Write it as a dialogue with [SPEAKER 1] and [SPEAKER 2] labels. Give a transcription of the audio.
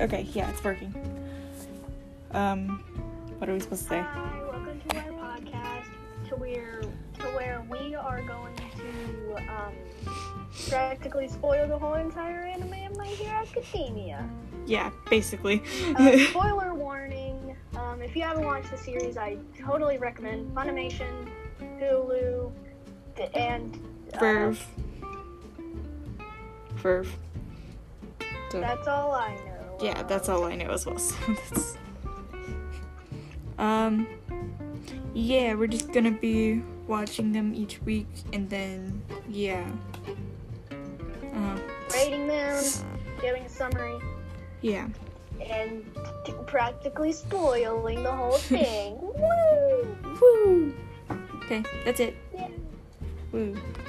[SPEAKER 1] Okay, yeah, it's working. Um, what are we supposed to say?
[SPEAKER 2] Hi, welcome to our podcast, to where to where we are going to um, practically spoil the whole entire anime of My Hero Academia.
[SPEAKER 1] Yeah, basically.
[SPEAKER 2] Uh, spoiler warning: um, If you haven't watched the series, I totally recommend Funimation, Hulu, th- and uh,
[SPEAKER 1] Verve. Verve. So-
[SPEAKER 2] uh, That's all I know. Um,
[SPEAKER 1] yeah,
[SPEAKER 2] of.
[SPEAKER 1] that's all I know as well. So that's. Um, yeah, we're just gonna be watching them each week, and then yeah. Uh,
[SPEAKER 2] Rating them, doing a summary,
[SPEAKER 1] yeah.
[SPEAKER 2] and t- practically spoiling the whole thing. Woo!
[SPEAKER 1] Woo. Okay, that's it.
[SPEAKER 2] Yeah.
[SPEAKER 1] Woo.